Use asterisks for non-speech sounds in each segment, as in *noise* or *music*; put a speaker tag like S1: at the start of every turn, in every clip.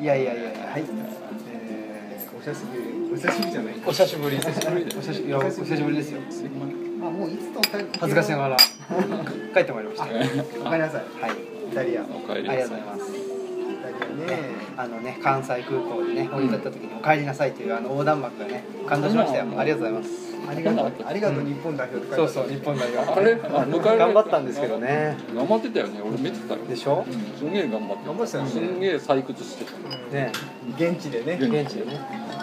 S1: いやいやいやいやはい。えー
S2: お久しぶりお久しぶりじゃないか
S3: お久しぶり
S1: お久しぶりお久しぶりいやお久しぶりですよ。
S2: まあもういつとた
S1: 恥ずかしながら帰ってまいりました。はい。
S2: おかえりなさいイタリアイ
S3: お帰り
S1: ありがとうご
S3: なさ
S1: ざ
S3: い
S1: います。
S2: タリアね
S1: ね、あのね関西空港でね降り立った時に「お帰りなさい」というあの横断幕がね感動しましたよありがとうございます
S2: ありがとうありがとう日本代表って書
S1: そ
S2: いうて
S1: そ
S2: あ
S1: う日本
S2: る
S1: 代
S3: あ
S1: 表
S3: れあ迎えられ
S1: 頑張ったんですけどね
S3: 頑張ってたよね俺見てたよ
S1: でしょ
S3: すんげえ頑張って
S2: 頑張ってたよね
S3: すんげえ採掘してた
S2: うん
S1: ね
S2: 現地でね
S1: 現地でね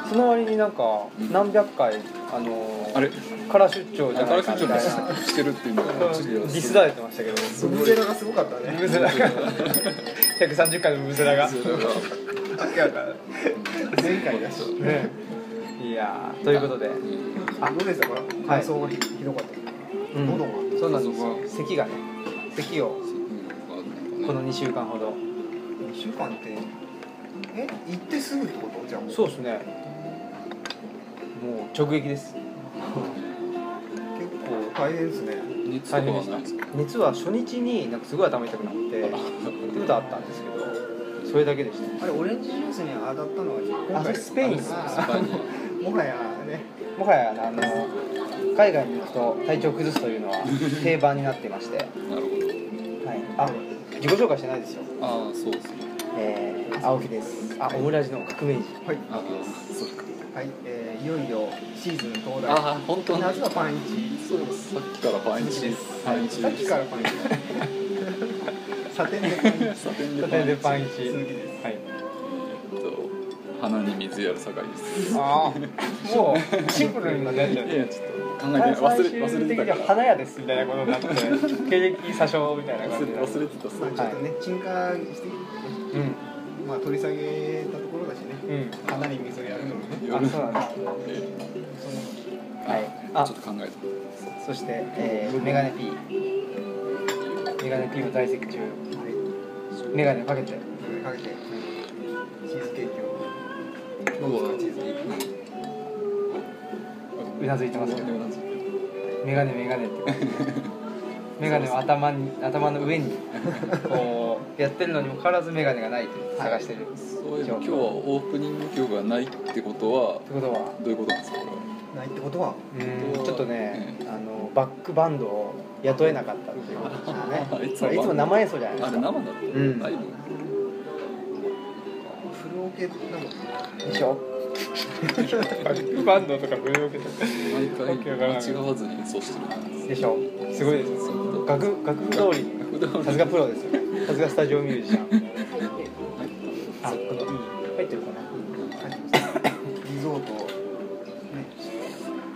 S1: その割になんか何百回あの
S3: あれ
S1: から出張じゃな
S3: 宝
S1: いか
S3: く
S1: み
S3: じ
S1: たい
S3: を
S1: な
S3: してるっていうのが
S1: ディスられてましたけど
S2: ブブゼラがすごかったね
S1: ブゼラ *laughs* が130回のブゼラが
S2: 前回だし
S1: ねいやーということで
S2: あどうでしたか感想がひひどかった
S1: うん
S2: 喉が
S1: そうなんですよ咳がね咳をこの2週間ほど
S2: 2週間ってえ行ってすぐってことじゃあもう
S1: そうですねもう直撃です
S2: 結構大変ですね
S3: 熱と
S1: 大変
S3: か
S1: で
S3: は
S1: し
S3: ないんですか
S1: た熱は初日になんかすごい頭痛くなってってことはあったんですけどそれだけでし
S2: あれオレンジジュースに当たったのは
S1: たあ
S2: 今
S1: そ
S2: 回
S1: れスペインです
S3: スパイに
S2: *laughs* もはやね
S1: もはやあの海外に行くと体調崩すというのは定番になっていまして、はい、
S3: なる
S1: あ自己紹介してないですよ、
S3: ほどああそうですね
S1: えー、青木ですあオムラジの革命児
S2: はい
S3: ああそうか
S2: はい、えー、いよいよシーズン到来
S3: ああ本当
S2: 夏はパンイ
S3: そうですさっきから毎日です毎
S2: チ
S3: 日
S2: さっきから *laughs* パンイチサテンでパンイチ
S3: サテン
S1: サテ
S3: でパ
S1: ン
S3: ンチ
S1: デパンイチ
S2: 鈴木です
S1: はい
S3: えーっと花に水やる境です
S1: ああもうシンプルになっちゃう
S3: いやちょっと考えてない忘れ忘れてたから
S1: 花屋ですみたいなことになって経歴詐称みたいな感
S3: 忘
S1: じ
S3: れ
S1: で
S3: 忘れてた
S2: ま
S3: そ
S2: あ
S3: う
S2: ちょっとね、沈下して
S1: うん
S2: まあ取り下げたところだしね
S1: うん
S2: かなり水をやるのもね
S1: あそうなんだ
S3: え
S1: はい
S3: ー
S1: あ
S3: ちょっと考えて
S1: そして、えー、メガネ P メガネ P も在籍中
S2: は
S1: メガネをかけて
S2: い、かけてチーズケーキをどうですかチーズケーキ
S1: うなずいてますけど
S3: うなずいてる
S1: メガネメガネってメガネを頭に頭の上にこうやってるのにもかかわらずメガネがないという探してる、って
S3: そういう今日はオープニング曲がないってことは
S1: ことは
S3: どういうことなんですかこ
S2: ないってことは
S1: うんちょっとね、あのバックバンドを雇えなかったっていうことですよねいつも生演奏じゃない
S3: れ
S1: で
S3: はあ
S1: す
S3: れ
S1: か
S3: 生だって、
S1: うん
S3: ライブ
S2: フルオケなの
S1: でしょバックバンドとかブルーケ
S3: 毎
S1: わけわから
S3: 回
S1: な
S3: 間
S1: い
S3: 違わずに演奏してるんです
S1: でしょすごいですよ楽楽譜通りに
S3: 普段
S1: さすがプロですよさすがスタジオミュージシャンあこのいい入ってるかな
S2: 感じますねリゾートね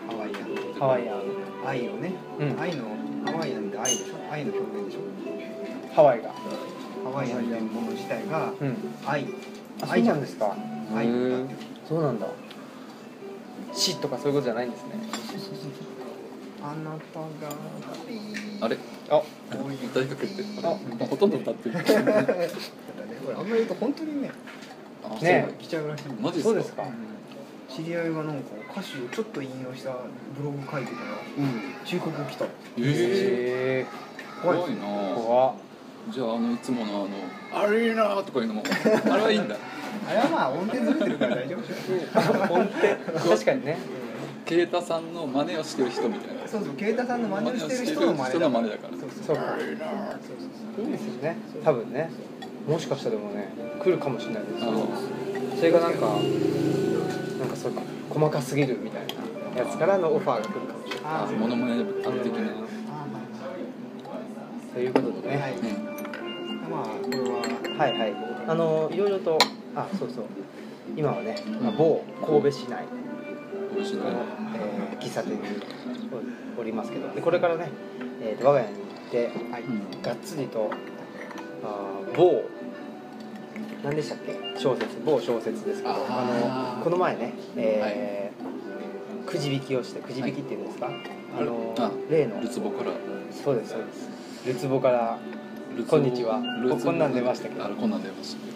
S2: ハワイア
S1: ハワイアン
S2: ン愛をね、
S1: うん
S2: 愛のハワイアンって愛でしょ愛の表現でし
S1: ハワイが
S2: ょハワイアンっていうもの自体が
S1: うん
S2: 愛
S1: あそう
S2: 愛
S1: なんですか
S2: 愛なんだって
S1: そうなんだ死とかそういうことじゃないんですね
S2: あなたが
S3: あれ
S1: あ
S2: こういう
S3: 大学って
S2: あ
S3: あほとんど歌ってる
S2: だからねこれあんまり言うと本当にね
S3: あそう
S1: ね
S2: 来ちゃうらしい
S3: マジですか
S1: そうですか
S2: 知り合いがなんか歌詞をちょっと引用したブログ書いてたら
S3: うん
S2: 忠告来た
S3: え
S1: へえ
S3: ー、
S2: 怖い
S3: 怖いな
S1: 怖っ
S3: じゃああのいつものあの「アリーナ!」とかいうのもあれはいいんだ
S2: あれはまあ音程ずれてるから大丈夫でしょ
S1: 音程確かにね
S3: 啓太さんの真似をしてる人みたいな
S2: そうそう、慶太さんの真似をしてる人の真似だ
S3: 真似をしてる人の真似だから
S2: そうそう
S1: そうか
S2: そう
S1: いいですよね多分ねもしかしたらでもね来るかもしれないですけ
S3: あ
S1: ど
S3: の
S1: それがなんかなんかそうか細かすぎるみたいなやつからのオファーが来るかもしれない
S2: あ
S3: あモノマネ的な、
S2: あ
S1: ということでね、
S2: はい
S3: ね
S2: まあこれは
S1: はいはいあのいろいろとあそうそう今はね、まあ、某神戸市内
S3: 美味しい
S1: の、
S3: ね
S1: えー喫茶店におおりますけどでこれからね、えーと我が家に行って
S2: はい、
S3: うん
S1: がっつりとあー某何でしたっけ小説某小説ですけど
S3: あ
S1: あ
S3: ー
S1: のこの前ね、えーくじ引きをしてくじ引きっていうんですか、あの
S3: あ
S1: 例の
S3: ルツボから
S1: そうですそうでするつぼから
S3: ルツ
S1: こ
S3: ボ
S1: んにちは
S3: ルツボ
S1: ここんなん出ましたけど
S3: あこんなん出ましたけ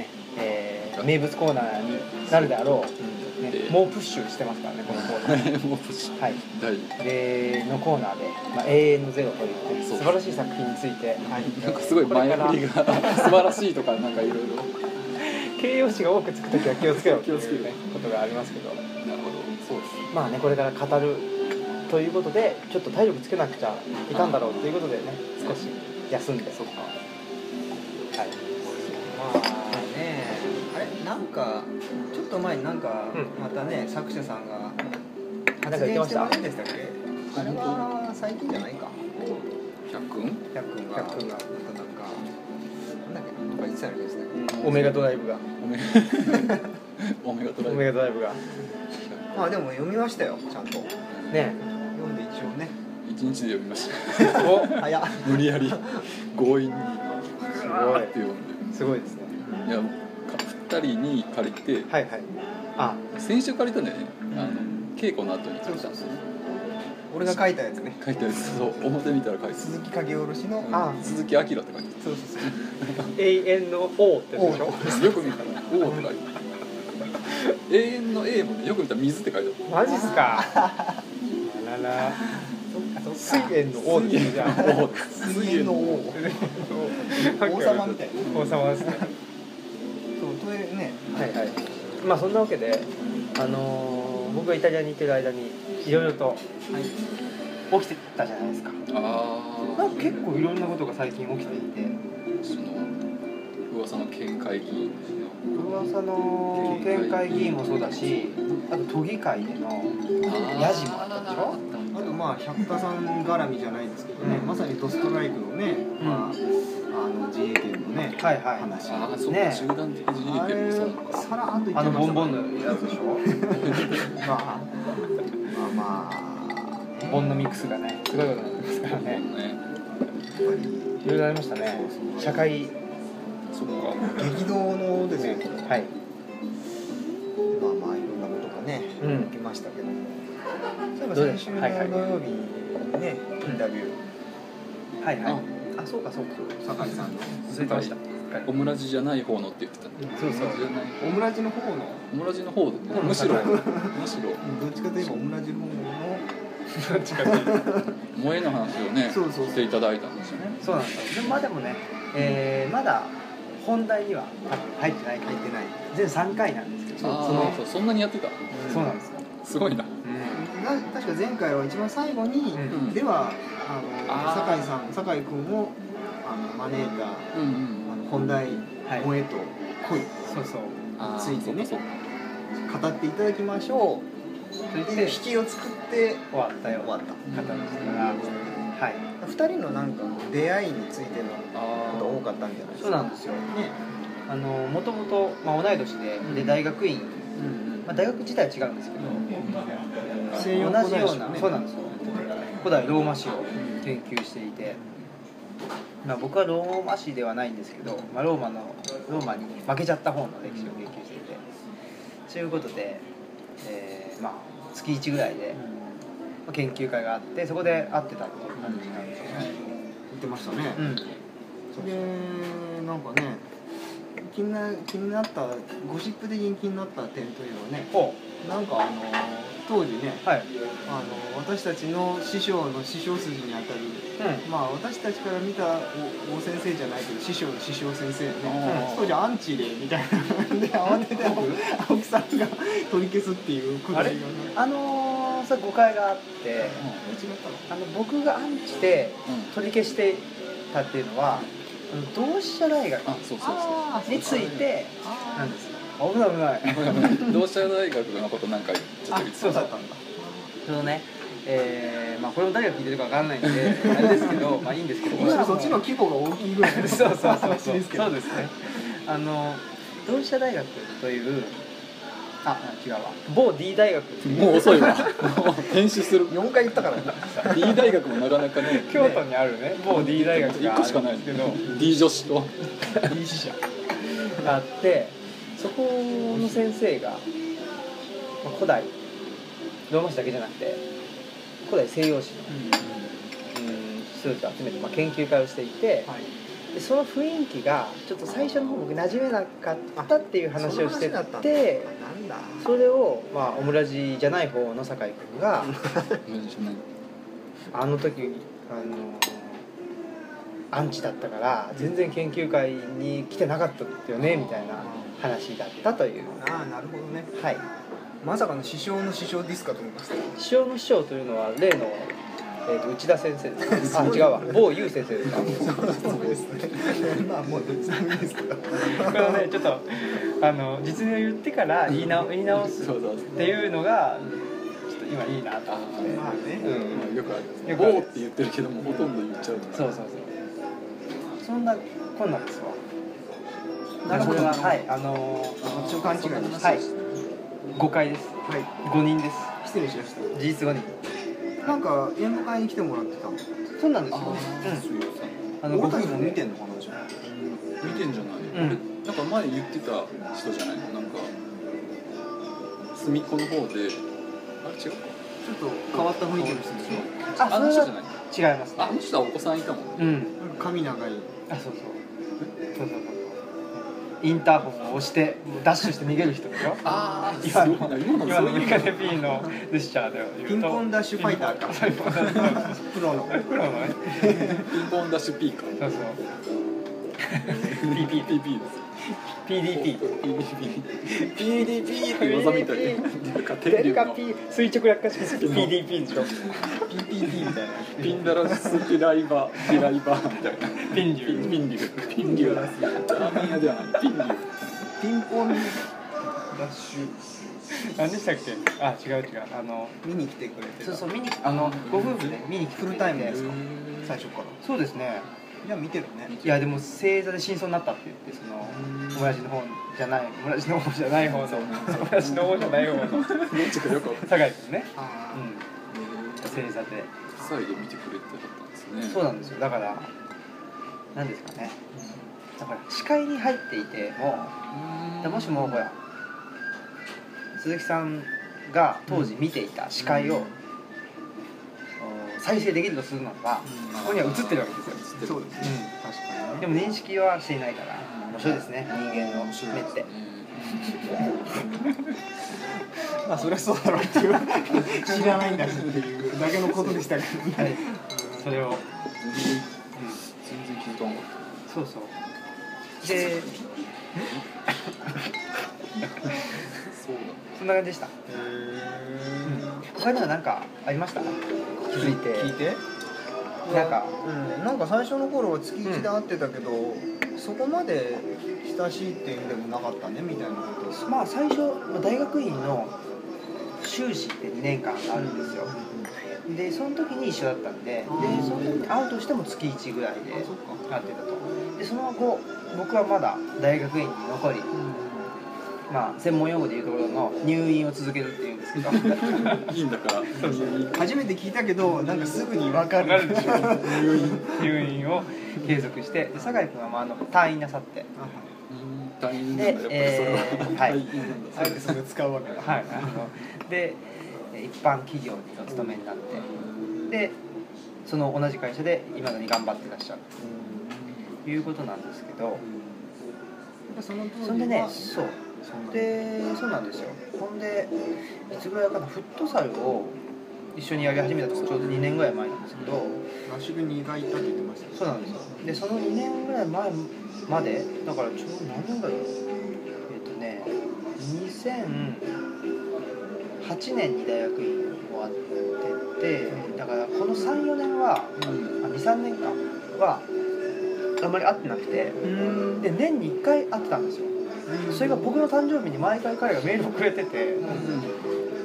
S1: ねえー名物コーナーになるであろう、ね
S3: えー
S1: 猛プッシュしてますからねこのコーナー
S3: どねもう年
S1: はい
S3: 第
S1: でのコーナーで「まあ、永遠のゼロ」という、ね、
S3: そ
S1: 素
S3: う
S1: 晴らしい作品について
S2: はい、
S3: なんかすごい前振りが素晴らしいとかなんかいろいろ
S1: 形容詞が多くつくときは気を *laughs* つけろって
S3: 気をつけ
S1: い
S3: る
S1: う、ね、ことがありますけど
S3: なるほど
S2: そうですね
S1: まあねこれから語るということでちょっと体力つけなくちゃいかんだろうということでね少し休んで
S3: そっか
S1: はい
S2: まあねあれなんかちょっと前になんか
S1: う
S2: またね作者さんが
S1: なんか言
S2: 発
S1: って
S2: 言
S1: まし
S2: し
S1: てた
S2: ませんでしたっけあれは最近じゃないか
S3: 百君
S2: 百君が
S1: 百君が
S2: なんかなんかなんだっけなんか言ってたよね
S1: オメガドライブが
S3: おめおめがと
S1: オ
S3: ら
S1: メ
S3: え
S1: ガドライブが
S2: まあでも読みましたよちゃんと
S1: ね
S2: 読んで一応ね
S3: 一日で読みました
S1: お
S2: 早っ
S3: 無理やり強引に
S1: す
S3: あ
S1: ご
S3: って読ん
S1: いすごいですね
S3: でいやか二人に借りて
S1: はいはいあ
S3: 先週借りたんだよねあの稽古の後に借りたんですよね
S2: 俺が書いたやつね
S3: 書いてあるそう表見たら書いて
S2: 鈴木影おろしの
S1: あ
S3: ある鈴木明って書いてある
S2: そうそう
S1: 永遠の O ってやつでしょ
S3: よく見たら「O」って書いてある永遠の A もねよく見たら「水」って書いてある
S1: マジっすかあらら
S2: そう
S1: 水源の O って言うじゃん
S3: お
S2: 水泳の王王様みたいな
S1: 王様ですね
S2: そうというね
S1: はいはいまあそんなわけであのー僕がイタリアに行ってる間にいろいろと
S2: はい
S1: 起きてたじゃないですか
S3: あ
S1: な
S3: あ
S1: んか結構いろんなことが最近起きていて
S3: その噂の県会議員
S1: 噂の県会議員もそうだしあと都議会での
S3: の
S1: ヤジもあったでしょ
S2: あとまあ百田さん絡みじゃないですけどね、
S1: うん
S2: まさにドストライクのね、
S1: うん
S2: まあ、あの自衛権のね、
S1: はいはい
S2: 話
S3: ああ
S2: あ
S3: ーそうか、
S1: ね
S3: 集団的自衛権
S2: れ
S3: もそうなのか
S2: さらっと言ってましたね
S1: あのボンボンのやつでしょ
S2: *laughs* まあまあまあね
S1: ボンのミックスがねすごいことになってますからね
S3: ね
S2: やっぱり
S1: いろいろありましたね社会
S3: そっか
S2: 激動のですよ、
S1: はい
S2: まあまあいろんなことがね、
S1: うん
S2: 起きましたけどもそういえば
S1: どうで
S2: 先
S1: し
S2: 週
S1: た
S2: の土
S1: はいはい
S2: 曜日にね、インタビュ
S1: はいはい
S2: ーあそうかそうか酒井さんの
S1: 続いてました
S3: オムラジじゃない方のって言ってたね
S1: そうそう
S3: オムラ
S1: *laughs*
S3: ジじゃない
S2: オムラジの方の
S3: オムラジの方でむしろむしろ
S2: どっちかといえばオムラジの方の
S3: 萌えの話をね
S2: そうそう
S3: していただいたんですよね
S1: そうなんですよでもまあでもね、えーまだ本題には多分入ってない
S2: 入ってない
S1: 全3回なんですけどそ
S3: あ
S1: の
S3: あそうそんなにやってた
S1: そうなんですよ、
S3: すごいな
S2: な確か前回は一番最後に、
S1: うん
S2: ではあの
S3: あー
S2: 酒井さん酒井君をあの招いた
S3: うんう
S2: あ
S3: ん
S2: の本題
S1: はい
S2: 萌えと恋
S1: そうそう
S3: あ
S2: ついてね
S3: そうか
S2: 語っていただきましょ
S1: そうれ
S2: っていう
S1: で
S2: 引きを作って
S1: 終わったよ
S2: 終わった
S1: 方でしたからはい
S2: 2人のなんか出会いについての
S3: そうかあ
S2: こと多かったんじゃないです
S1: そう
S2: か
S1: なんですよあのもともと、まあ、同い年でで大学院、
S3: あうん
S1: まあ、大学自体は違うんですけど、
S2: 西洋古
S1: 同じ
S2: 代
S1: よう
S2: 史
S1: な、
S2: のね
S1: そうなんですよ古代ローマ史を研究していて、まあ、僕はローマ史ではないんですけど、まあ、ローマのローマに負けちゃった方の歴史を研究していてということで、えーまあ、月1ぐらいでまあ研究会があってそこで会ってたっていう感じなんですよね、
S2: 言ってましたね、
S1: うん
S2: でなんかね気にな気になったゴシップ的に気になった点というのはね
S1: ほ
S2: なんかあの当時ね
S1: うはい、
S2: あの私たちの師匠の師匠筋にあたりまあ私たちから見た大先生じゃないけど師匠の師匠先生ね
S3: あ
S2: 当時アンチでみたいなで慌てて青木さんが取り消すっていうことが
S1: あれ
S2: 違っ
S1: うん、あのー、さ誤解があって
S2: たの
S1: あの僕がアンチで
S3: うん
S1: 取り消してたっていうのはあの同志社大学
S3: あそうそうそう
S2: あー
S1: についてな
S2: あ
S1: んですよ危ない危ない
S3: 同志社大学のことなんかちょっと言
S2: ー
S3: って
S2: そう
S3: た
S2: だったんだ
S1: そのねえー、まあこれも誰が聞いてるかわかんない
S2: *laughs*
S1: んであれですけどまあいいんですけど
S2: むしろそっちの規模が大きいぐらいの
S1: そうそうそうそう
S2: 話ですけど
S1: そうですねあの同志社大学というあ違うわ某 D 大学っていう
S3: もう遅いわもう転死する
S2: 4回言ったからね
S3: D 大学もなかなかね
S1: 京都にあるね某 D 大学
S3: 一
S1: が
S3: 個しかな
S1: あ
S3: い
S1: るんですけど
S3: D 女子と
S2: いい師匠
S1: *laughs* があってそこの先生が、まあ古代ローマ史だけじゃなくて古代西洋史のうん人たちを集めて、まあ、研究会をしていて
S2: はい
S1: でその雰囲気がちょっと最初の方僕馴染めなかったっていう話をして
S2: その話だったんだ
S1: て
S2: なんだ
S1: それを、まあ、オムラジじゃない方の酒井君が
S3: うん
S1: あの時あのアンチだったから全然研究会に来てなかったよねみたいな話だったという
S2: ああなるほどね
S1: はい
S2: まさかの師匠の師匠ディスかと思いました
S1: 師匠の師匠というのは例の、えー、と内田先生です
S2: *laughs*
S1: あ違うわ某優先生ですか
S2: そうですねまあもうどっちでもいいですけど
S1: これをねちょっとあの実名を言ってから言いな言い直す
S3: そうそう
S1: っていうのがちょっと今いいなと思って
S2: まあね、
S1: うん
S3: まあよくある
S1: よ
S3: よ
S1: くある
S3: ボーって言ってるけどもほとんど言っちゃうから
S1: そうそうそうそんなこんなんですわ
S2: なるほど
S1: これははいあの
S2: こっちを勘違いして
S1: ー、はい誤解です
S2: *laughs* はい
S1: 5人です
S2: 失礼しまし
S1: 事実5人
S2: たなんか演舞会に来てもらってたもん
S1: そうなんですよね
S3: そうよ
S1: う
S3: さ
S1: んあのご夫
S2: 俺たち
S1: 婦
S2: も
S1: で
S2: 見てんのかなじゃあ
S3: 見てんじゃない、
S1: うん
S3: 俺なんか前言ってた人じゃないなんか隅っこの方であれ違う
S2: ちょっと変わった雰囲気の人でしょ
S1: あ
S3: あ
S1: それ
S3: の人じゃ
S1: は
S3: ない
S1: 違います
S3: あの人はお子さんいたもんね
S1: うん
S2: なんか髪長い
S1: あそうそうそうそうそうインターホンを押してダッシュして逃げる人でしょ
S3: ああ
S1: 今の
S3: 今の今の
S1: 今
S3: そう
S1: の
S3: い
S1: ミ
S3: う
S1: カネ P のジェスチャーでは言うと
S2: ピンポンダッシュファイターか
S1: ピンポンダッシュファイター
S2: *laughs* プロの
S1: プロのね
S3: ピンポンダッシュ P か
S1: そうそう PP
S3: PP です
S1: PDP
S3: PDP PDP って技みたいでなんか
S1: デ
S3: 天
S1: ル
S3: 竜
S1: カ
S3: の
S1: P 垂直落下式スキル PDP でしょ
S2: PPT みたいな
S3: ピンダラスピライバーピライバーみたいな
S1: ピン
S3: ピン
S1: 流
S3: ピン竜ピン竜ラーメン屋ではないピン竜
S2: ピンポンダッシュ
S1: 何でしたっけあ違う違うあの
S2: 見に来てくれて
S1: そ
S2: た
S1: うそう見にあのご夫婦で見に来て
S2: フルタイムで
S1: です
S2: すか最初から
S1: そうですね
S2: じゃあ見てるね
S1: いやでも正座で真相になったって言ってその友達の方じゃない友達の方じゃない方の友達の方じゃない方の
S3: どっちかよくわかんない
S1: 酒井君ねう
S2: あ
S1: ん正座で
S3: 夫妻で見てくれてたんですね
S1: そうなんですよだからなんですかねだから視界に入っていてもでもしもほら鈴木さんが当時見ていた視界を、お再生できるとするならば、
S2: うん
S1: ここには映ってるわけですよ、
S2: あそうですね確かに
S1: で
S2: ね
S1: も認識はしていないから面白いですね人間の目
S3: 面白いで
S1: っ
S3: す
S1: て
S3: ね
S2: まあそりゃそうだろうっていう知らないんだしっていうだけのことでしたけ
S1: は
S2: ど
S1: い
S2: ね
S1: それを、うん、
S3: 全然気づかなかっ
S1: そうそうで
S3: たそうだ
S1: そんな感じでした他には何かありました気づいて
S2: 聞いて
S1: なんか
S2: うん、なんか最初の頃は月1で会ってたけど、そこまで親しいって意味でもなかったねみたいなこと
S1: まあ最初まあ大学院の修士って2年間あるんですよでその時に一緒だったんででその時に会うとしても月1ぐらいで
S2: そっか
S1: 会ってたとでその後僕はまだ大学院に残りまあ専門用語でいうところの入院を続けるっていうんですけど
S3: いいんだから
S2: 初めて聞いたけどなんかすぐに分かる
S1: わかるでしょ
S2: 入院
S1: *laughs* 入院を継続してで酒井君はまああの退院なさって
S3: 大変なんだやっぱりそれは大変なんだ
S2: あえて *laughs* それ使うわけだ
S1: はい *laughs* あので一般企業にお勤めになってでその同じ会社で今に頑張ってらっしゃるということなんですけど
S2: その
S1: そ
S2: 当時は
S1: んでねそう
S2: そんな
S1: でそうなんですよほんでいつぐらいかなフットサルを一緒にやり始めたのがちょうど2年ぐらい前なんですけど
S2: 合宿に意外行ったって言ってましたね
S1: そうなんですよでその2年ぐらい前までだからちょうど何年ぐらいだろうえっ、とね2008年に大学院終わっててだからこの34年は23年間はあんまり会ってなくてで年に1回会ってたんですよそれが僕の誕生日に毎回彼がメールをくれてて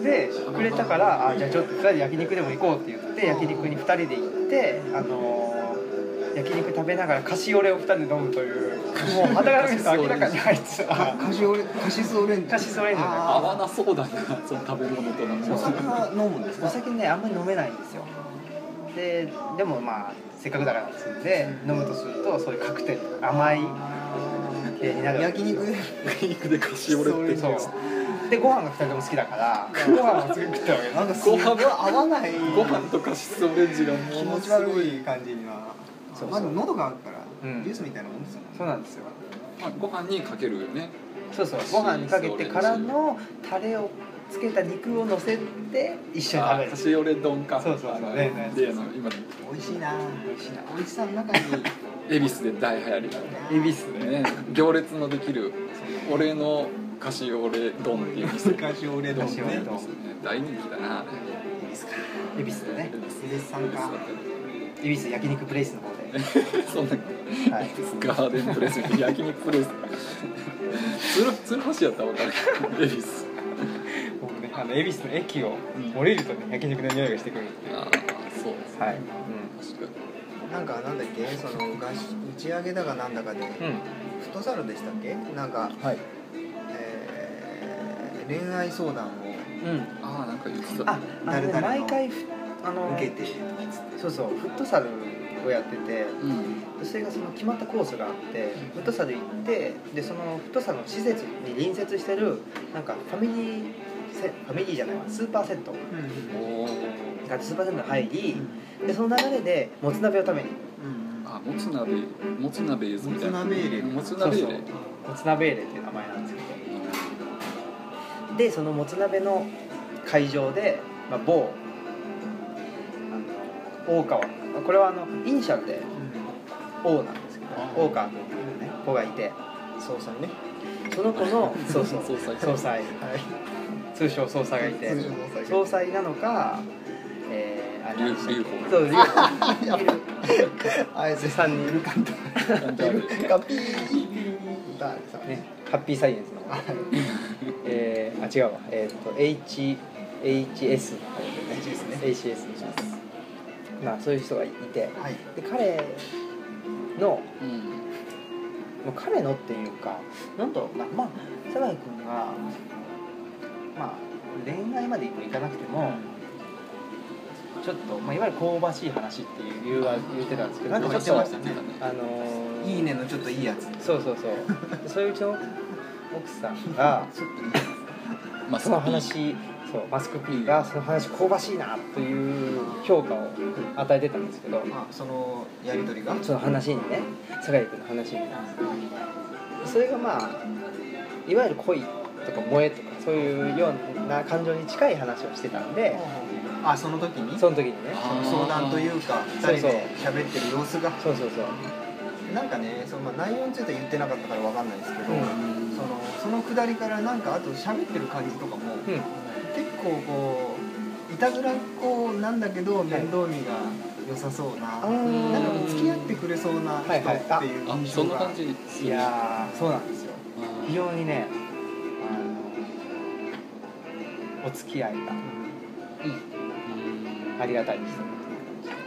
S1: でくれたからあじゃあちょっと2人で焼肉でも行こうって言って焼肉に2人で行ってあのー焼肉食べながらカシオレを2人で飲むと
S3: *laughs*
S1: いうもうはたから見ると明らかにあいつ
S2: か
S1: は
S2: カシオレカシスオレンジ
S1: カシスオレンジだから
S3: 合わなそうだなその食べ物となんか
S2: お酒は飲むんです
S1: お
S2: か
S1: 酒ねあんまり飲めないんですよででもまあせっかくだからっつうんで飲むとするとそういうカクテルとか甘い系になる
S2: 焼肉で
S3: 焼肉でカシオレって
S1: そうでご飯が2人とも好きだ
S3: *laughs*
S1: からご飯を作ってわけ
S2: な
S1: なんん
S2: か
S1: か
S2: すごい合わない
S3: ご飯とカシスオレンジがも
S2: 気
S3: の
S2: 持
S3: す
S2: ち
S3: ご
S2: 悪
S3: い
S2: い感じには
S1: そうそう
S2: まあでも喉があるから
S1: うん
S2: ジュースみたいなもんですよね
S1: そうなんですよ
S3: まあご飯にかけるよね
S1: そうそうご飯にかけてからのタレをつけた肉を乗せて一緒に食べ
S3: あ
S1: る
S3: カシオレ丼か
S1: そうそうそう
S3: あの
S1: 例のやつ
S3: 例の今
S2: 美味しいな
S1: 美味しいな
S2: 美味しさの中に
S3: 恵比寿で大流行り
S1: 恵比寿
S3: ね行列のできる俺の菓子オレ丼っていう店
S2: 昔俺の
S1: 菓子オレ
S2: ね
S1: 丼
S3: 大人気だな
S1: 恵比寿でね
S2: 絶賛か
S1: 恵比寿焼肉プレイスの方で
S3: そんな
S1: はい
S3: ガーデンプレス焼肉プレス鶴鶴橋やったら分かるけど恵比寿
S1: 僕ねあの恵比寿の駅を降りるとね焼肉の匂いがしてくるっていう
S3: ああそうですね
S1: はい
S3: 確か
S2: なんかなんだっけその合宿打ち上げだかなんだかで
S1: うんうん
S2: フットサルでしたっけなんか、
S1: はい
S2: えー恋愛相談を
S1: うん
S3: ああなんか言ってた
S1: ああの
S2: 誰
S1: ね
S2: 々の
S1: 毎回ふあの
S2: 受けて
S1: そうそうフットサルをやってて
S3: うん
S1: でそれがその決まったコースがあってフットサル行ってでそのフットサルの施設に隣接してるなんかファミリーセファミリーじゃないわスーパーセット
S2: うん
S3: おお
S1: がスーパーセットに入りでその流れでもつ鍋を食べに
S2: うん
S3: あもつ鍋もつ鍋ーズみたいな
S2: もつ鍋入れ
S3: もつ鍋入
S1: そ
S3: れ
S1: うもつ鍋レっていう名前なんですけどでそのもつ鍋の会場で、まあ、某あの大川まあこれはあのイニシャルで王なんですけど
S3: あ
S1: 大川君っていうね子がいて
S2: 総裁ね
S1: その子のそうそう
S3: 総裁
S1: 総裁
S2: はい
S1: 通称総裁がいて
S2: 通称総裁
S1: 総裁なのかえーあれなんでしたっけ
S3: 竜
S1: *laughs* そう
S3: 竜
S1: 竜 *laughs*
S2: あいつ
S1: さんにいる
S2: かんと
S3: なんかある
S2: カピーださ
S1: ねハッピーサイエンスの方えー、あ違うわえーっと H HS の方でね
S2: HS ね
S1: HS まあそういう人がいて
S2: はい
S1: で彼の
S3: うん
S1: まあ彼のっていうかなんだろうなまあ酒井君がまあ恋愛まで行かなくてもちょっと、まあ、いわゆる香ばしい話っていう理由は言ってたんですけどなんかちょっと
S3: ね
S1: あのー
S2: いいねのちょっといいやつ
S1: そうそうそうでそういううちの奥さんが
S3: まあ
S1: その話そうマスクピーがその話香ばしいなという評価を与えてたんですけど
S2: まあそのやりとりが
S1: その話にね酒井君の話にそれがまあいわゆる恋とか萌えとかそういうような感情に近い話をしてたんで
S2: あその時に
S1: その時にね
S3: あ
S2: 相談というか
S1: そう
S2: 2人で喋ってる様子が
S1: そうそうそう
S2: なんかねその、まあ、内容については言ってなかったからわかんないですけど、
S1: うん
S2: そのそのくだりからなんかあと喋ってる感じとかも、
S1: うん
S2: 結構こういたずらっ子なんだけど面倒見が良さそうな、
S1: ー
S2: なんかもう付き合ってくれそうな人っていう
S3: あ
S2: 印
S3: そ
S2: 象
S3: んな
S2: が、
S3: 感じ
S1: いやーそうなんですよ非
S3: あ
S1: 常にねあのお付き合いがありがたいです
S2: こ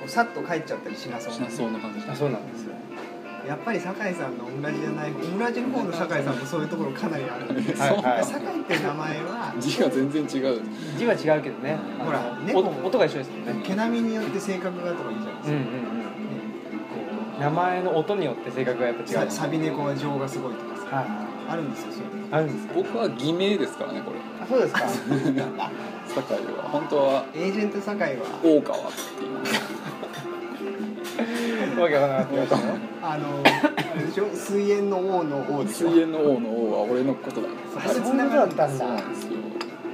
S2: うさっと帰っちゃったりしなそう
S3: しなそうな感じ *laughs*
S1: あそうなんですよ
S2: やっぱり酒井さんのオムラジじゃないオムラジの方の酒井さんもそういうところかなりあるんです
S1: はいはい
S2: 酒井って名前は
S3: 字が全然違う
S1: 字は違うけどねあの
S2: ほら猫も
S1: お音が一緒ですもんね
S2: 毛並みによって性格がとかいいじゃな
S1: う
S2: いで
S1: ん
S2: す
S1: うんうん
S2: か、ねこ
S1: 名前の音によって性格がやっぱ違
S2: う
S1: う
S2: さサビ猫は情がすごいとかさ
S1: は
S2: あるんですよそういうの
S1: いあるんですか
S3: 僕は偽名ですからねこれ *laughs*
S1: あそう *laughs* ですか
S3: 酒井は本当は
S2: エージェント酒井は
S3: 大川っていう
S1: わけわからなくなってきましたよ
S2: あのあれでしょ水炎の王の王でし
S3: 水
S2: ょ
S3: 炎の王の王は俺のことだ
S2: あ
S1: あ
S2: れ
S1: そういうことだったん
S3: そう
S1: だ
S3: なんですよ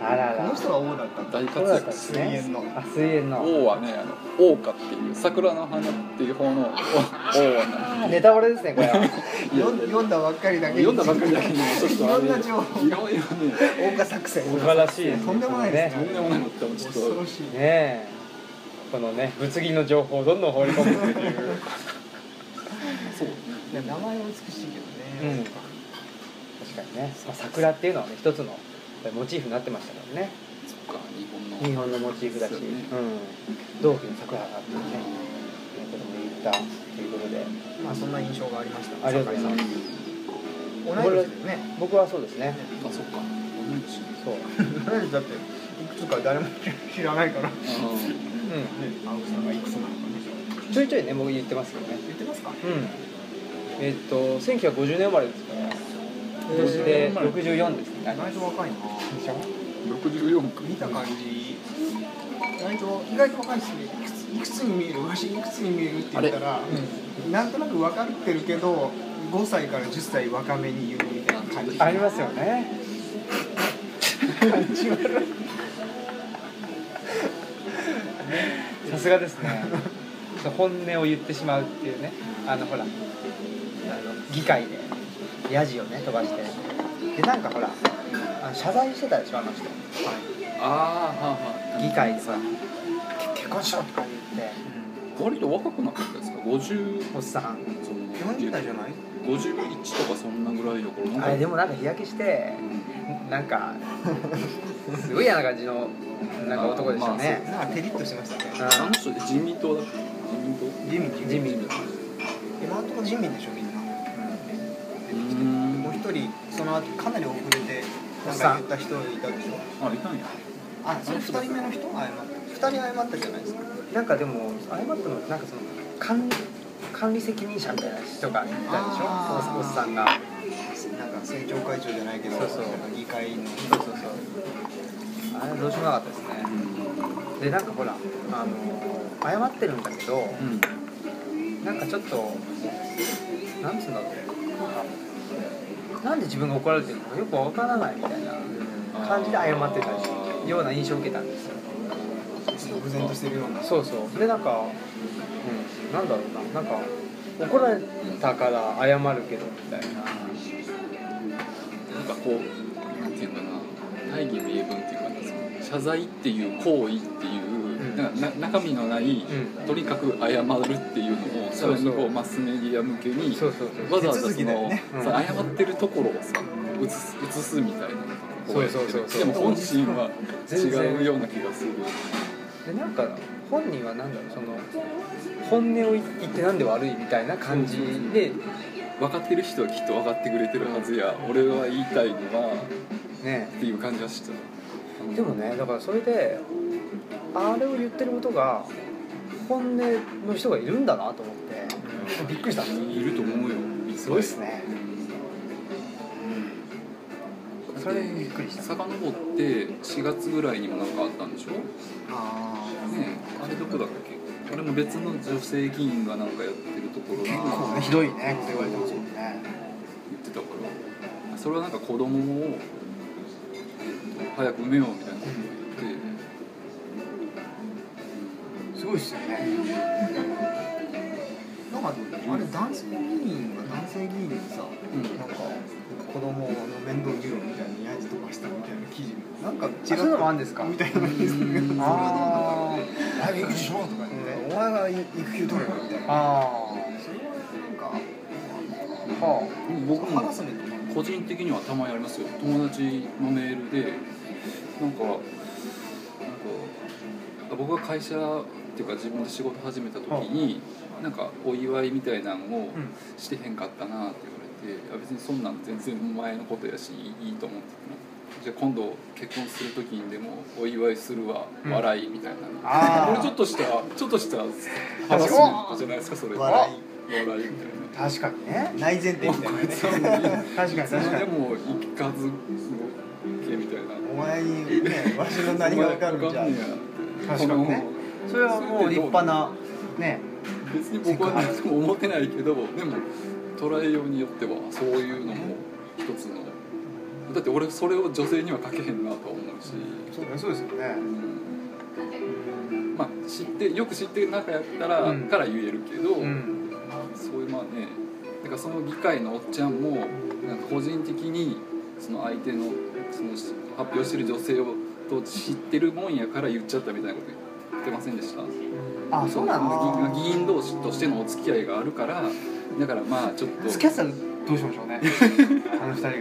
S1: あら
S2: こ
S1: ら
S2: の人が王だった
S3: 大
S2: んだ
S3: 活
S1: そうだったん
S3: 躍
S1: です
S2: 水
S1: ね
S2: 炎の
S1: あ水炎の
S3: 王はねあの王花っていう桜の花っていう方のお王は
S1: ネタバレですねこ *laughs* れは
S3: いや
S2: 読ん読んだばっかりだけに
S3: 読んだばっかりだけにちょっとあれ
S2: いろんな情報
S3: いろいろね
S2: 王家作戦
S1: 素晴らしいですね
S2: とんでもないです
S3: とんでもなかったもんちょっ
S2: 恐
S3: と
S2: ろしい
S1: ねえこのねぶつ切りの情報をどんどん放り込む *laughs* っていう
S3: そう
S2: 名前は美しいけど
S1: うん
S2: ね
S1: 確かにね、まあ、桜っていうのはね一つのやっぱりモチーフになってましたからね
S3: そっか日本の
S1: 日本のモチーフだし、
S3: そう
S1: う
S3: ね
S1: ん同期の桜があってねことも言ったということで
S2: まあそんな印象がありました
S1: ありがとうございます
S2: ます同い年だよね
S1: 僕はそうですね
S3: あそっか同い年
S1: そう
S2: 同い年だっていくつか誰も知らないからね
S3: あ
S1: う
S2: 青木さんがいくつなのかね
S1: んちょいちょいね僕言ってますけどね
S2: 言ってますか
S1: うんえっと1950年生まれですから今年で64ですね
S2: 意外と若いな
S1: でしょ
S3: の64
S2: 見た感じ意外と意外と若いですねいくついくつに見えるわしいくつに見えるって言ったらなんとなく分かってるけど5歳から10歳若めに言うみたいな感じ
S1: ありますよねさすがですねそう本音を言ってしまうっていうねあのほらあの議会でヤジをね飛ばしてでなんかほらあの謝罪してたでしょあの人
S3: ああはいはい
S1: 議会でさ「け結婚しろ」とか言って
S3: 割と若くなかったですか50
S1: おっさん
S3: その
S2: 40代じゃない
S3: 51とかそんなぐらいの頃なんか
S1: あれでもなんか日焼けして
S3: うん
S1: なんかすごい嫌な感じのなんか男でしたね、
S2: なんかテリッとしましたね
S1: う
S3: あの
S1: ん
S3: 人って自民党だっけ自民党
S2: ジミン
S1: ジミン
S2: 今のところ人民でしょみんな
S3: うん
S2: もう一人その後かなり遅れてなんか言った人いたでしょ
S3: あいたんや
S2: あそれ二人目の人謝った二人謝ったじゃないですか
S1: なんかでも謝ったのなんかその管理管理責任者みたいな人がいたでしょ
S2: あー
S1: おおっさんが
S2: なんか政調会長じゃないけど
S1: そうそう
S2: なんか議会の
S1: そうそうそうあれどうしようもなかったですねでなんかほらあの謝ってるんだけど
S3: うん
S1: なんかちょっとなんつうんだろうなんで自分が怒られてるのかよくわからないみたいな感じで謝ってたりするような印象を受けたんですよ
S2: 独善としてるような
S1: そうそうでなんか、うん、なんだろうななんか怒られたから謝るけどみたいな
S3: なんかこうなんていうのかな大義名分っていうかなその謝罪っていう行為っていう、
S1: ん
S3: なんかな中身のない、
S1: ん
S3: とにかく謝るっていうのをさらに
S1: そう
S3: こ
S1: そう
S3: うマスメディア向けに
S1: そうそうそう
S3: わざわざその、
S2: 手続きだよね
S1: うん
S3: さ謝ってるところをさ映す映すみたいなこやってる
S1: そうそうそうそう
S3: でも本心は
S1: 全然
S3: 違うような気がする
S1: でなんか本人はなんだろうその本音を言ってなんで悪いみたいな感じで
S3: 分かってる人はきっと分かってくれてるはずや俺は言いたいのは
S1: ね
S3: っていう感じはした
S1: でもねだからそれであれを言ってることが本音の人がいるんだなと思ってびっくりしたんですよ
S3: いると思うよ
S1: すごいっすねそ
S3: そ
S1: れ
S3: れ
S1: びっくりした
S3: 遡って4月ぐらいにもなんかあったんでしょね
S2: あ
S3: えあれどこだっけあれも別の女性議員がなんかやってるところが
S2: 結構
S3: 言
S2: ね
S3: っ
S1: ひどいねって言われてますもんね
S3: てたからそれはなんか子供を、えっと早く産めようみたいなこと言って
S1: すごいっすよね
S2: あなんかあれ男性議員が男性議員でさ、
S3: ん
S2: なんか子供の面倒見るみたいにやじとかしたみたいな記事なんか
S1: そういうのもあるんですか
S2: みたいなのですけどそれは
S1: あ
S2: どうなんだろうねあれ育児しろとか言って、お前が育休取ればみたい
S1: ー
S2: な
S1: あ
S2: それはなんか
S1: ーは
S3: うん僕
S2: ハ
S3: も
S2: ラスメントなの
S3: 個人的にはたまにありますよ友達のメールでなんかなんか僕が会社っていうか自分で仕事始めた時に、なんかお祝いみたいなのを
S1: うん
S3: してへんかったなって言われて、あ別にそんなん全然前のことやしいいと思っててじゃあ今度結婚する時にでもお祝いするわ、
S1: うん
S3: 笑いみたいな
S1: あー
S3: これちょっとしたちょっとしたハラスメントじゃないですかそれ
S2: 笑い
S3: 笑いみたい *laughs* な。
S1: あ確かにね
S2: 内前提みたいなね
S3: そうね
S1: 確かに確か
S3: で
S1: に
S3: も行かず系みたいな
S2: お前にねわしの何が分かるんじゃ
S3: わ
S2: ん
S3: んねや
S1: 確かにねそれはもう立派なね
S3: 別に僕は何とも思ってないけどでも捉えようによってはそういうのも一つのだって俺それを女性には書けへんなとは思うし、
S1: そうねそうですよね
S3: まあ知ってよく知ってる中やったら、
S1: うん
S3: から言えるけど、
S1: うん
S3: そういうまあねだからその議会のおっちゃんもなんか個人的にその相手のその発表してる女性をと知ってるもんやから言っちゃったみたいなこと言ってませんでした
S1: あそうなんだ
S3: の議議員同士としてのお付き合いがあるからだからまあちょっと
S1: 付き合ってたらどうしましょうねあの二人が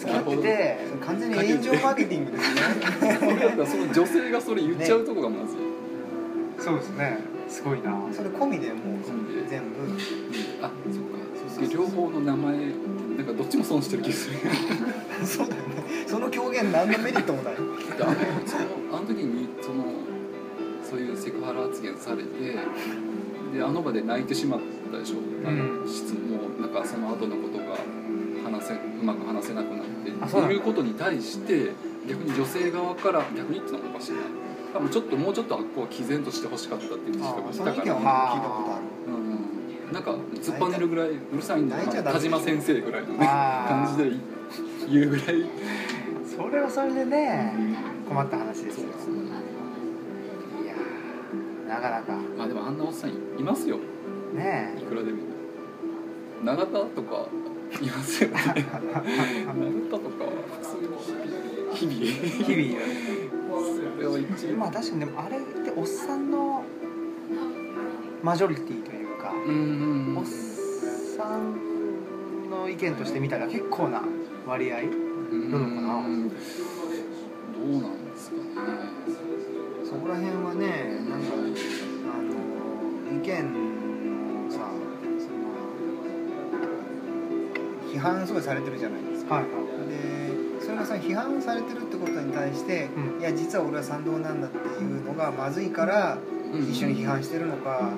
S1: 付き合ってて
S2: 完全に炎上マーケティングですね
S3: だから *laughs* その女性がそれ言っちゃうとこがまずい、
S1: そうですねすごいな
S2: それ込みでも
S3: 込み
S2: う
S3: で
S2: 全部
S3: あそっかで両方の名前なんかどっちも損してる気がする
S2: そうだよねその狂言何のメリットもない
S3: であのそのあの時にそのそういうセクハラ発言されてであの場で泣いてしまったでしょ、あの質もうなんかその後のことが話せうまく話せなくなって
S1: あそうな
S3: っ
S1: ん
S3: て
S1: だ
S3: いうことに対して逆に女性側から逆にってのもおかしいな多分ちょっともうちょっとあっこは毅然としてほしかったっていう人がい
S2: そ
S3: た
S2: の意
S3: か
S2: 見
S3: ら
S2: は僕聞いたことある
S3: うんなんか突っぱねるぐらいうるさいんだ
S2: 泣いちゃダメ
S3: 田島先生ぐらいのね
S1: あー
S3: 感じで言うぐらい
S1: それはそれでね困った話ですよいやーなかなかね
S3: まあでもあんなおっさんいますよい
S1: え
S3: くらでも永田とかいますよね永田とか普通に日々
S1: 日々
S3: それは一
S1: まあ確かにでもあれっておっさんのマジョリティというか、
S3: うんうん
S1: おっさんの意見として見たら結構な割合
S3: うん
S1: どうなのかな
S3: うんどうなんですかね
S2: そこら辺はねなんかあの意見のさその批判すごいされてるじゃないですか、
S1: はい
S2: でそれがさ批判されてるってことに対して、
S1: うん
S2: いや実は俺は賛同なんだっていうのがまずいから
S3: うん
S2: 一緒に批判してるのか、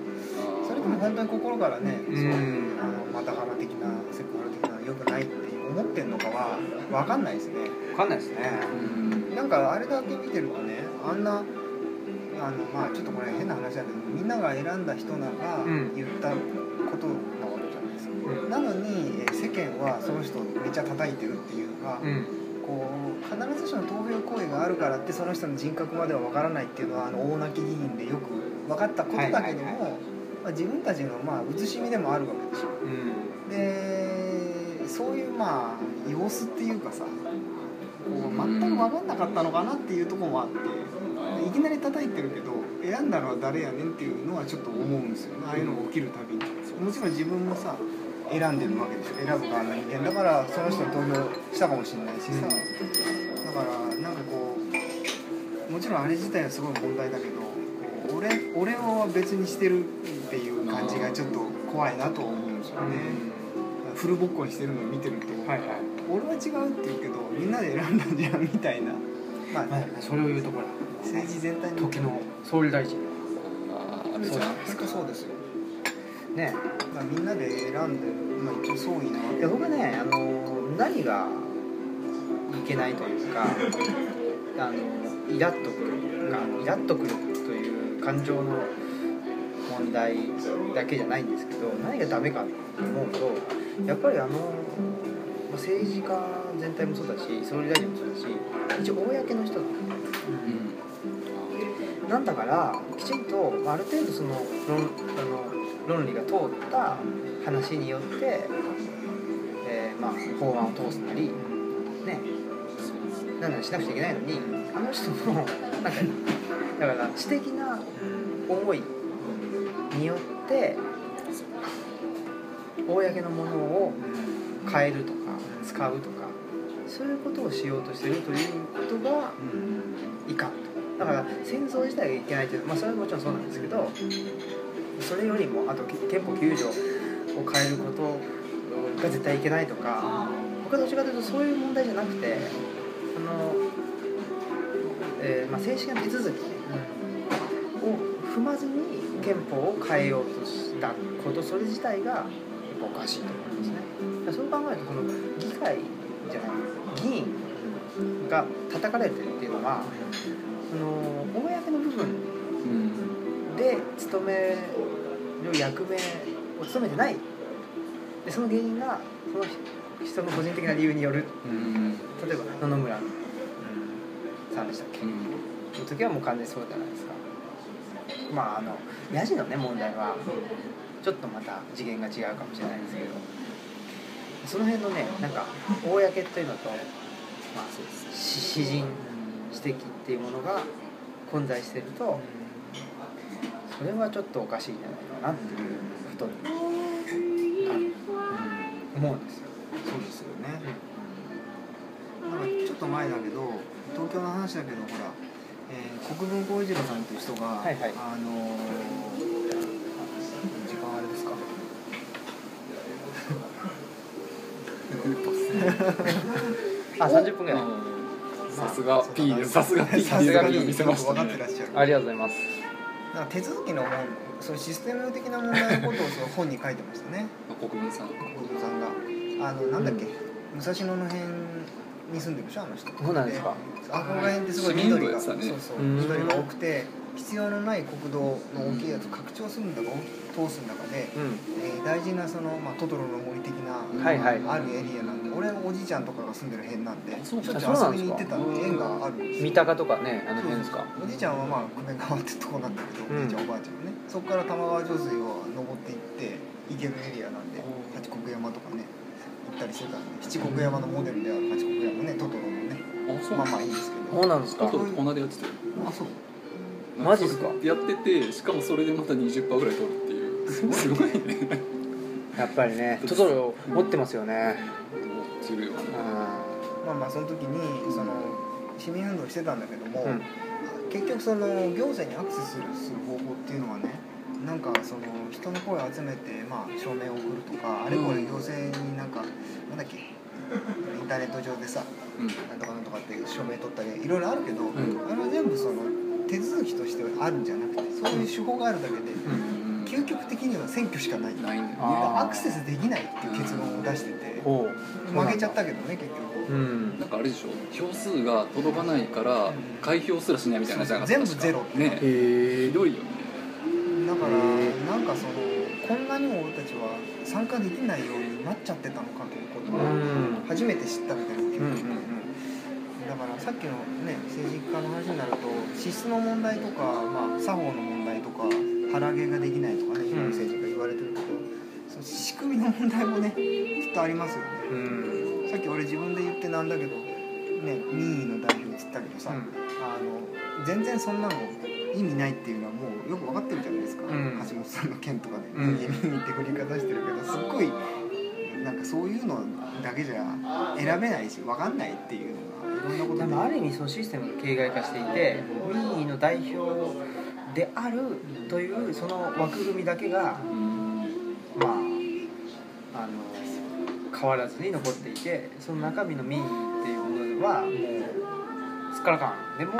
S2: それとも本当に心からね、
S1: うん
S2: そういうあのまたハラ的なセクハラ的な良くないって思ってんのかは分かんないですね
S1: 分かんないですね
S3: うん
S2: なんかあれだけ見てるとねあんなあのまあちょっとこれ変な話だけどみんなが選んだ人なが
S1: うん
S2: 言ったことなわけじゃないですか、なのにえー世間はその人をめっちゃ叩いてるっていうのが、
S1: うん
S2: こう必ずしも投票行為があるからってその人の人格までは分からないっていうのはあの大泣き議員でよく分かったことだけども、
S1: はいはいは
S2: まあ、自分たちのまあ慈しみでもあるわけでしょでそういうまあ様子っていうかさこう全く分かんなかったのかなっていうところもあってでいきなり叩いてるけど選んだのは誰やねんっていうのはちょっと思うんですよねああいうのが起きるたびにもちろん自分もさ選んでるわけでしょ選ぶ側の人間だからその人に投票したかもしれないしさ、
S1: うん
S2: だからなんかこうもちろんあれ自体はすごい問題だけどこう俺俺を別にしてるっていう感じがちょっと怖いなと思うんですよね、フルボッコにしてるのを見てると、
S1: はいはい
S2: 俺は違うって言うけどみんなで選んだんじゃんみたいな、ま
S1: まあ
S2: あ、
S1: それを言うところ
S2: 政治全体に
S1: 時の総理大臣
S3: あーあれじゃん
S2: 本当そうですよ、
S1: ね
S2: まあ、みんなで選んでまあ一応総意なわ
S1: い
S2: け
S1: や僕ねあの何がいけないという *laughs* かあのイラッとくるかイラッとくるという感情の問題だけじゃないんですけど何がダメかと思うとやっぱりあのまあ政治家全体もそうだし総理大臣もそうだし一応公の人なんだからきちんとまあある程度その論あの論理が通った話によって、えーまあ、法案を通すなり、ね、なんなりしなくちゃいけないのにあの人のなんかだから知的な思いによって公のものを変えるとか使うとかそういうことをしようとしてるということがいかんとだから戦争自体がいけないというまあそれはもちろんそうなんですけどそれよりもあと憲法9条を変えることが絶対いけないとか僕はどちらかというとそういう問題じゃなくてあの、えーまあ、正式な手続きを踏まずに憲法を変えようとしたことそれ自体がやっぱおかしいと思いますね。だからそう考えるとその議会じゃない議員が叩かれてるっていうのはその公の部分
S3: うん
S1: で勤める役目を務めてないでその原因がその人の個人的な理由による
S3: うん
S1: 例えば野々村さんでしたっけ
S3: うん
S1: その時はもう完全にそうじゃないですかまああのヤジのね問題はちょっとまた次元が違うかもしれないですけどその辺のねなんか公っていうのと、まあ、し詩人指摘っていうものが混在してるとそれはちょっとおかしいんじゃないかなっていうふとに思うんですよ。
S2: そうですよねなんかちょっと前だけど東京の話だけどほら、えー国分光一郎さんっていう人が、
S1: はいはい
S2: あのー時間あれですか
S1: あ、三十分ぐらい。
S3: さすが P でさすが P
S2: さすが P
S3: 見せました
S2: 分かってらっ
S3: ね
S2: しゃる
S1: ありがとうございます。
S2: なんか手続きの問そのシステム的な問題のことをその本に書いてましたね
S3: 国分さん
S2: 国分さんがあのなんだっけ、武蔵野の辺に住んでるでしょあの人
S1: そうなんですか。
S2: あここら辺ってすごい緑が、
S3: 市民部ですよね
S2: そうそう
S1: うん
S2: 緑が多くて必要のない国土の大きいやつを拡張するんだか通すんだかで、
S1: うん
S2: えー大事なその、まあ、トトロの森的な、
S1: はいはい
S2: あるエリアなんで俺のおじいちゃんとかが住んでる辺なんでち
S3: そう
S2: ょっと
S1: あそうなん
S2: 遊
S1: ですか
S2: びに行ってたんで縁があるんですよ
S1: 三鷹とかねあの辺ですか
S2: おじいちゃんはまあ久米川ってとこなんだけど、
S1: うん
S2: おじいちゃんおばあちゃんはねそこから玉川上水を登っていって行けるエリアなん
S3: う
S2: で
S3: ん
S2: 八国山とかね行ったりしてたんで七国山のモデルである八国山ねトトロのね
S3: あそう
S2: ま
S3: な
S2: あ
S3: んだ
S2: まあいいんですけど
S1: そうなんです
S3: ト
S1: か
S3: トロってこの間やってたよ
S2: あそう
S1: マジっすか
S3: やっててしかもそれでまた20%ぐらい取るっていうすごいね
S1: やっぱりねトトロ持ってますよね
S3: するよね
S1: う
S2: まあまあその時にその市民運動してたんだけども、
S1: んうん
S2: 結局その行政にアクセスする方法っていうのはねなんかその人の声を集めてまあ署名を送るとかあれこれ行政になんかなんだっけインターネット上でさ
S3: うん
S2: なんとかなんとかって署名取ったりいろいろあるけど、
S3: ん
S2: あれは全部その手続きとしてあるんじゃなくてそういう手法があるだけで
S3: うん
S2: 究極的には選挙しかない
S3: ないんだよね
S1: あー
S2: アクセスできないっていう結論を出してて
S1: ほう
S2: 負けちゃったけどね結局。
S1: うん
S3: なんかあれでしょ票数が届かないから開票すらしないみたいなじゃなかった
S2: 全部ゼロ
S3: 確かねえ
S1: へ
S3: ひ
S1: え
S3: どいよね
S2: だから
S1: へ
S2: なんかそのこんなにも俺たちは参加できないようになっちゃってたのかということ
S1: う
S2: を
S1: ん
S2: 初めて知ったみたいな、
S1: うんうん
S2: だからさっきのね政治家の話になると資質の問題とか、まあ、作法の問題とか腹上げができないとかね今の政治家言われてるけど、その仕組みの問題もねきっとありますよね
S1: うんうん
S2: さっき俺自分で言ってなんだけどね民意の代表っつったけどさ、あの全然そんなの意味ないっていうのはもうよく分かってるじゃないですか、
S1: ん
S2: 橋本さんの件とかで、
S1: うん
S2: 見に行って振りかざしてるけどすっごいなんかそういうのだけじゃ選べないし分かんないっていうのがいろんなこ
S1: で
S2: とで
S1: もある意味そのシステムが形骸化していて民意の代表であるというその枠組みだけが
S3: うん
S1: まああの変わらずに残っていてその中身の民意っていうものはもうすっからかんでも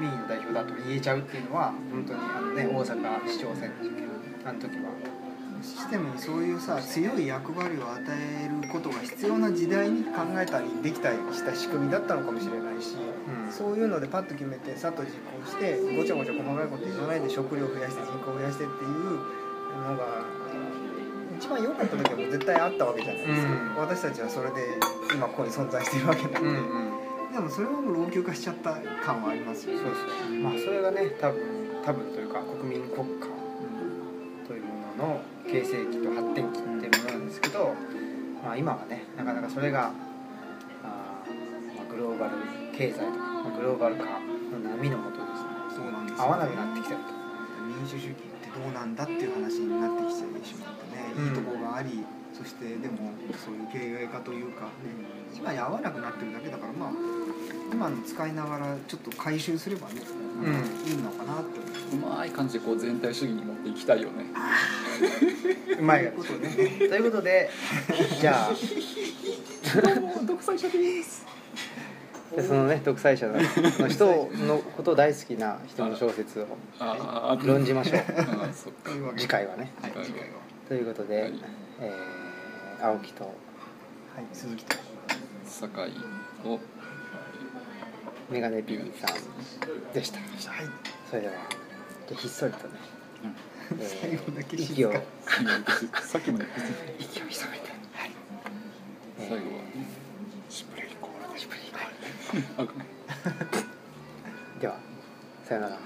S1: 民意の代表だと言えちゃうっていうのは本当にあの、ね、大阪市長選の時あの時は。
S2: システムにそういうさ強い役割を与えることが必要な時代に考えたりできたりした仕組みだったのかもしれないし、
S1: うん
S2: そういうのでパッと決めてさっと実行してごちゃごちゃ細かいこと言わないで食料増やして人口増やしてっていうのが一番良かった時はもう絶対あったわけじゃないですか、
S1: うん
S2: 私たちはそれで今ここに存在してるわけなんで、でもそれはもう老朽化しちゃった感はありますよ
S1: そうですねまあそれがね多分多分というか国民国家というものの形成期と発展期っていうものなんですけど、まあ、今はねなかなかそれがあー、まあ、グローバル経済とか、まあグローバル化の波のもとですね
S2: そうなんですよ
S1: 合わなくなってきてる
S2: 民主主義ってどうなんだっていう話になってきちゃってしまってね、
S1: うん
S2: いいとこがありそしてでもそういう形骸化というか、ね、今に合わなくなってるだけだからまあ今の使いながらちょっと回収すればね、
S1: う
S2: いいのかなって思
S3: うまい感じでこう全体主義に持っていきたいよね
S1: とうまいや
S2: うこと
S1: つ
S2: で
S3: *laughs*
S1: ということで *laughs* じゃあ
S3: 独裁者です
S1: でそのね独裁者の人をのことを大好きな人の小説を
S3: あ *laughs* あ
S1: 論じましょう
S3: あそっか
S2: いうわけで
S1: 次回はね
S2: はい
S3: 次回は
S2: 次回は
S1: ということで、
S3: はい
S1: えー青木と
S2: はい鈴木と
S3: 酒井を
S1: メガネビーさんでした
S2: はい
S1: それではじゃあひっそりとね、
S2: 最後だけ静か
S1: 息を
S3: さっきまで
S1: *laughs* 息を潜めて、はい
S3: 最後は
S1: *laughs* シュプレイコールシュプレイコー
S3: あごめん
S1: ルではさよなら